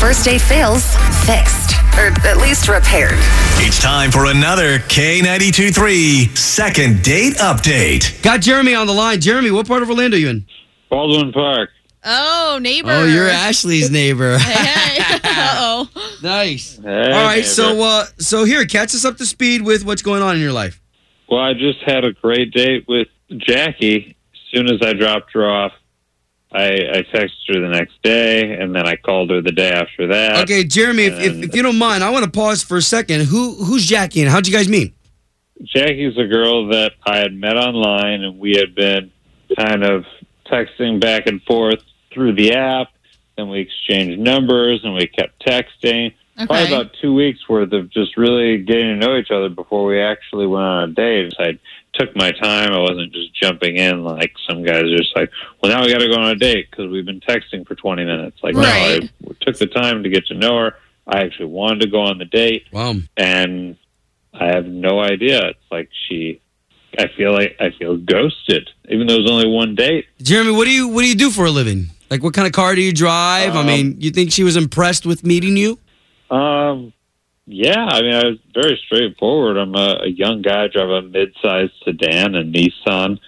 First date fails, fixed, or at least repaired. It's time for another K92 3 second date update. Got Jeremy on the line. Jeremy, what part of Orlando are you in? Baldwin Park. Oh, neighbor. Oh, you're Ashley's neighbor. Hey. Uh oh. nice. Hey, All right, neighbor. so uh, so here, catch us up to speed with what's going on in your life. Well, I just had a great date with Jackie. As soon as I dropped her off, I, I texted her the next day, and then I called her the day after that. Okay, Jeremy, if, if, if you don't mind, I want to pause for a second. Who who's Jackie and how'd you guys meet? Jackie's a girl that I had met online, and we had been kind of texting back and forth through the app. Then we exchanged numbers, and we kept texting. Probably Okay. about two weeks worth of just really getting to know each other before we actually went on a date. I took my time. I wasn't just jumping in like some guys are just like, well, now we got to go on a date because we've been texting for 20 minutes. Like, Right. no, I took the time to get to know her. I actually wanted to go on the date Wow. and I have no idea. It's like she, I feel like I feel ghosted, even though it was only one date. Jeremy, what do you what do you do for a living? Like what kind of car do you drive? I Um, mean, you think she was impressed with meeting you? Um, yeah, I mean, I was very straightforward. I'm a, a young guy. I drive a mid-sized sedan, a Nissan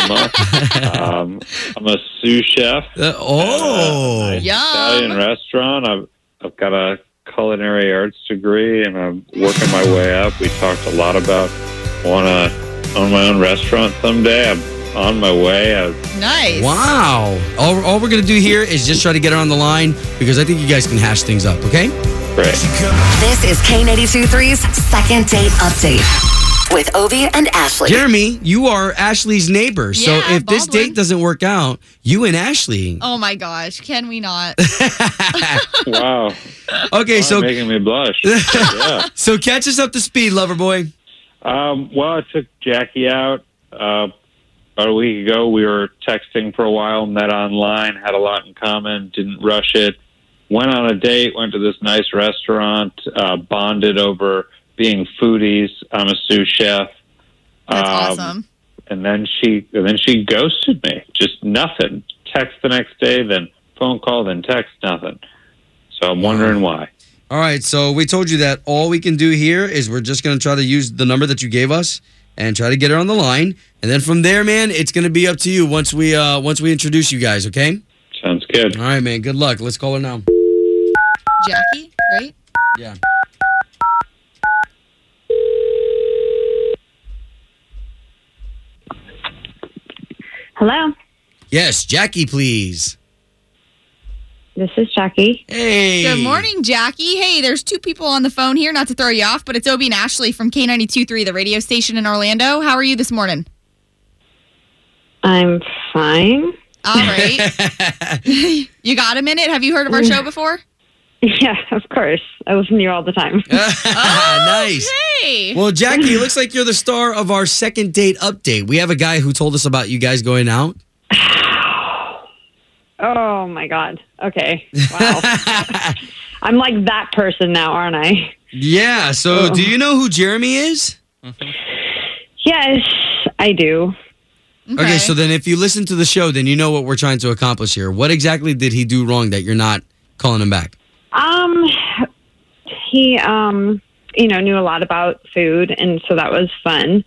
Altima. um, I'm a sous chef. Uh, Uh, oh. nice Yum. Italian restaurant. I've, I've got a culinary arts degree, and I'm working my way up. We talked a lot about want to own my own restaurant someday. I'm on my way. i Nice. Wow. All, all we're going to do here is just try to get her on the line because I think you guys can hash things up, okay? great. This is K823's second date update with Ovi and Ashley. Jeremy, you are Ashley's neighbor. so Yeah, if this Baldwin. date doesn't work out, you and Ashley. Oh my gosh. Can we not? Wow. Oh. okay, so so making me blush. yeah. so catch us up to speed, lover boy. Um, well, I took Jackie out uh, about a week ago. We were texting for a while, met online, had a lot in common, didn't rush it. Went on a date, went to this nice restaurant, uh, bonded over being foodies. I'm a sous chef. That's Um, awesome. And then she, and then she ghosted me. Just nothing. Text the next day, then phone call, then text, nothing. So I'm wondering why. All right, so we told you that all we can do here is we're just going to try to use the number that you gave us and try to get her on the line, and then from there, man, it's going to be up to you once we uh once we introduce you guys, okay? Sounds good. All right, man. Good luck. Let's call her now. Jackie, right? Yeah. Hello, Yes, Jackie, please. this is Jackie. Hey. Good morning, Jackie. Hey, there's two people on the phone here, not to throw you off, but it's Obie and Ashley from K92.3, the radio station in Orlando. How are you this morning? I'm fine. All right. you got a minute? Have you heard of our show before? Yeah, of course. I listen to you all the time. Oh, nice. Hey. Well, Jackie, it looks like you're the star of our second date update. We have a guy who told us about you guys going out. Oh my god. Okay. Wow. I'm like that person now, aren't I? Yeah. So, do you know who Jeremy is? Yes, I do. Okay. So then, if you listen to the show, then you know what we're trying to accomplish here. What exactly did he do wrong that you're not calling him back? Um he um you know knew a lot about food and so that was fun.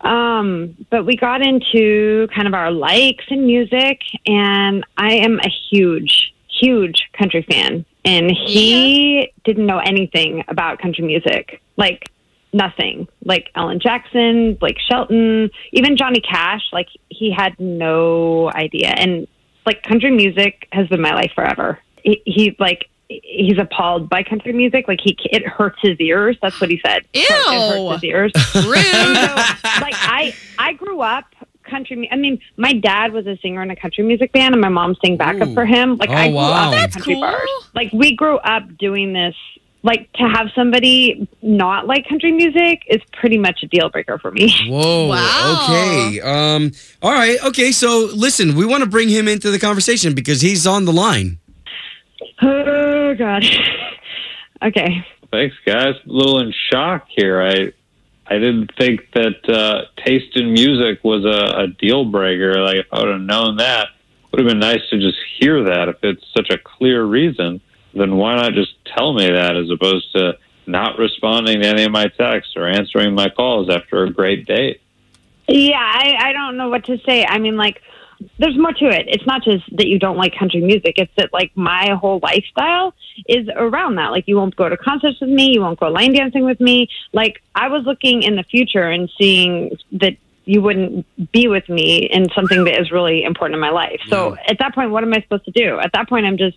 Um but we got into kind of our likes and music and I am a huge huge country fan and he didn't know anything about country music. Like nothing. Like Ellen Jackson, Blake Shelton, even Johnny Cash, like he had no idea. And like country music has been my life forever. He, he like he's appalled by country music. Like he it hurts his ears. That's what he said. It hurts his ears. Ew. Rude. And so, like I I grew up country. mu- I mean, my dad was a singer in a country music band, and my mom sang backup Ooh. for him. Like Oh, I grew wow. up in That's country cool. bars. Like we grew up doing this. Like to have somebody not like country music is pretty much a deal breaker for me. Whoa. Wow. Okay. Um, all right. Okay. So listen, we want to bring him into the conversation because he's on the line. Oh God. okay. Thanks, guys. A little in shock here. I I didn't think that uh, taste in music was a, a deal breaker. Like if I would have known that, would have been nice to just hear that. If it's such a clear reason, then why not just tell me that as opposed to not responding to any of my texts or answering my calls after a great date. Yeah, I, I don't know what to say. I mean, like, there's more to it. It's not just that you don't like country music. It's that like my whole lifestyle is around that. Like, you won't go to concerts with me. You won't go line dancing with me. Like, I was looking in the future and seeing that you wouldn't be with me in something that is really important in my life. So Mm-hmm. at that point, what am I supposed to do? At that point, I'm just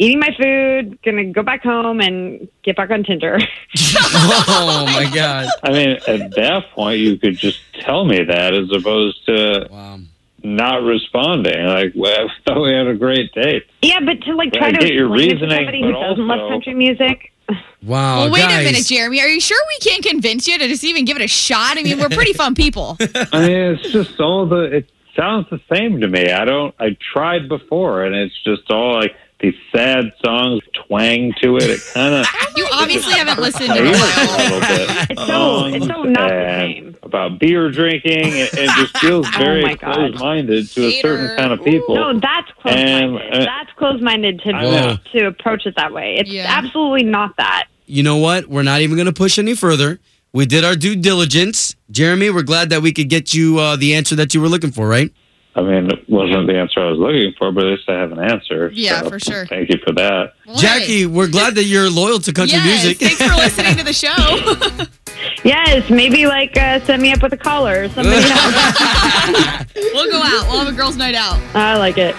eating my food, gonna go back home and get back on Tinder. oh my God. I mean, at that point, you could just tell me that as opposed to Wow. not responding. Like, well, I thought we had a great date. yeah, but to like Yeah, try I to get your explain it to reasoning, somebody who but doesn't love also- country music. Wow. Well, wait Oh, guys. a minute, Jeremy. Are you sure we can't convince you to just even give it a shot? I mean, we're pretty fun people. I mean, it's just all the. It sounds the same to me. I don't. I tried before, and it's just all like these sad songs twang to it. It kind of. You obviously haven't listened to a it. little bit. Um, It's so- it's so not the and same. Oh About beer drinking, it, it just feels my very God. closed-minded to a Hater. certain kind of people. No, that's close-minded. And, uh, that's close-minded to Whoa. to approach it that way. It's Yeah. absolutely not that. you know what? We're not even going to push any further. We did our due diligence. Jeremy, we're glad that we could get you uh, the answer that you were looking for, right? I mean, it wasn't the answer I was looking for, but at least I have an answer. Yeah, so for sure. Thank you for that. Well, hey. Jackie, we're glad that you're loyal to country yes, music. thanks for listening to the show. Yes, maybe like uh, set me up with a caller or something. we'll go out. We'll have a girls' night out. I like it.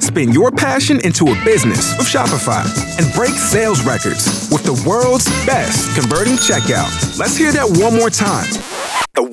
Spin your passion into a business with Shopify and break sales records with the world's best converting checkout. Let's hear that one more time. The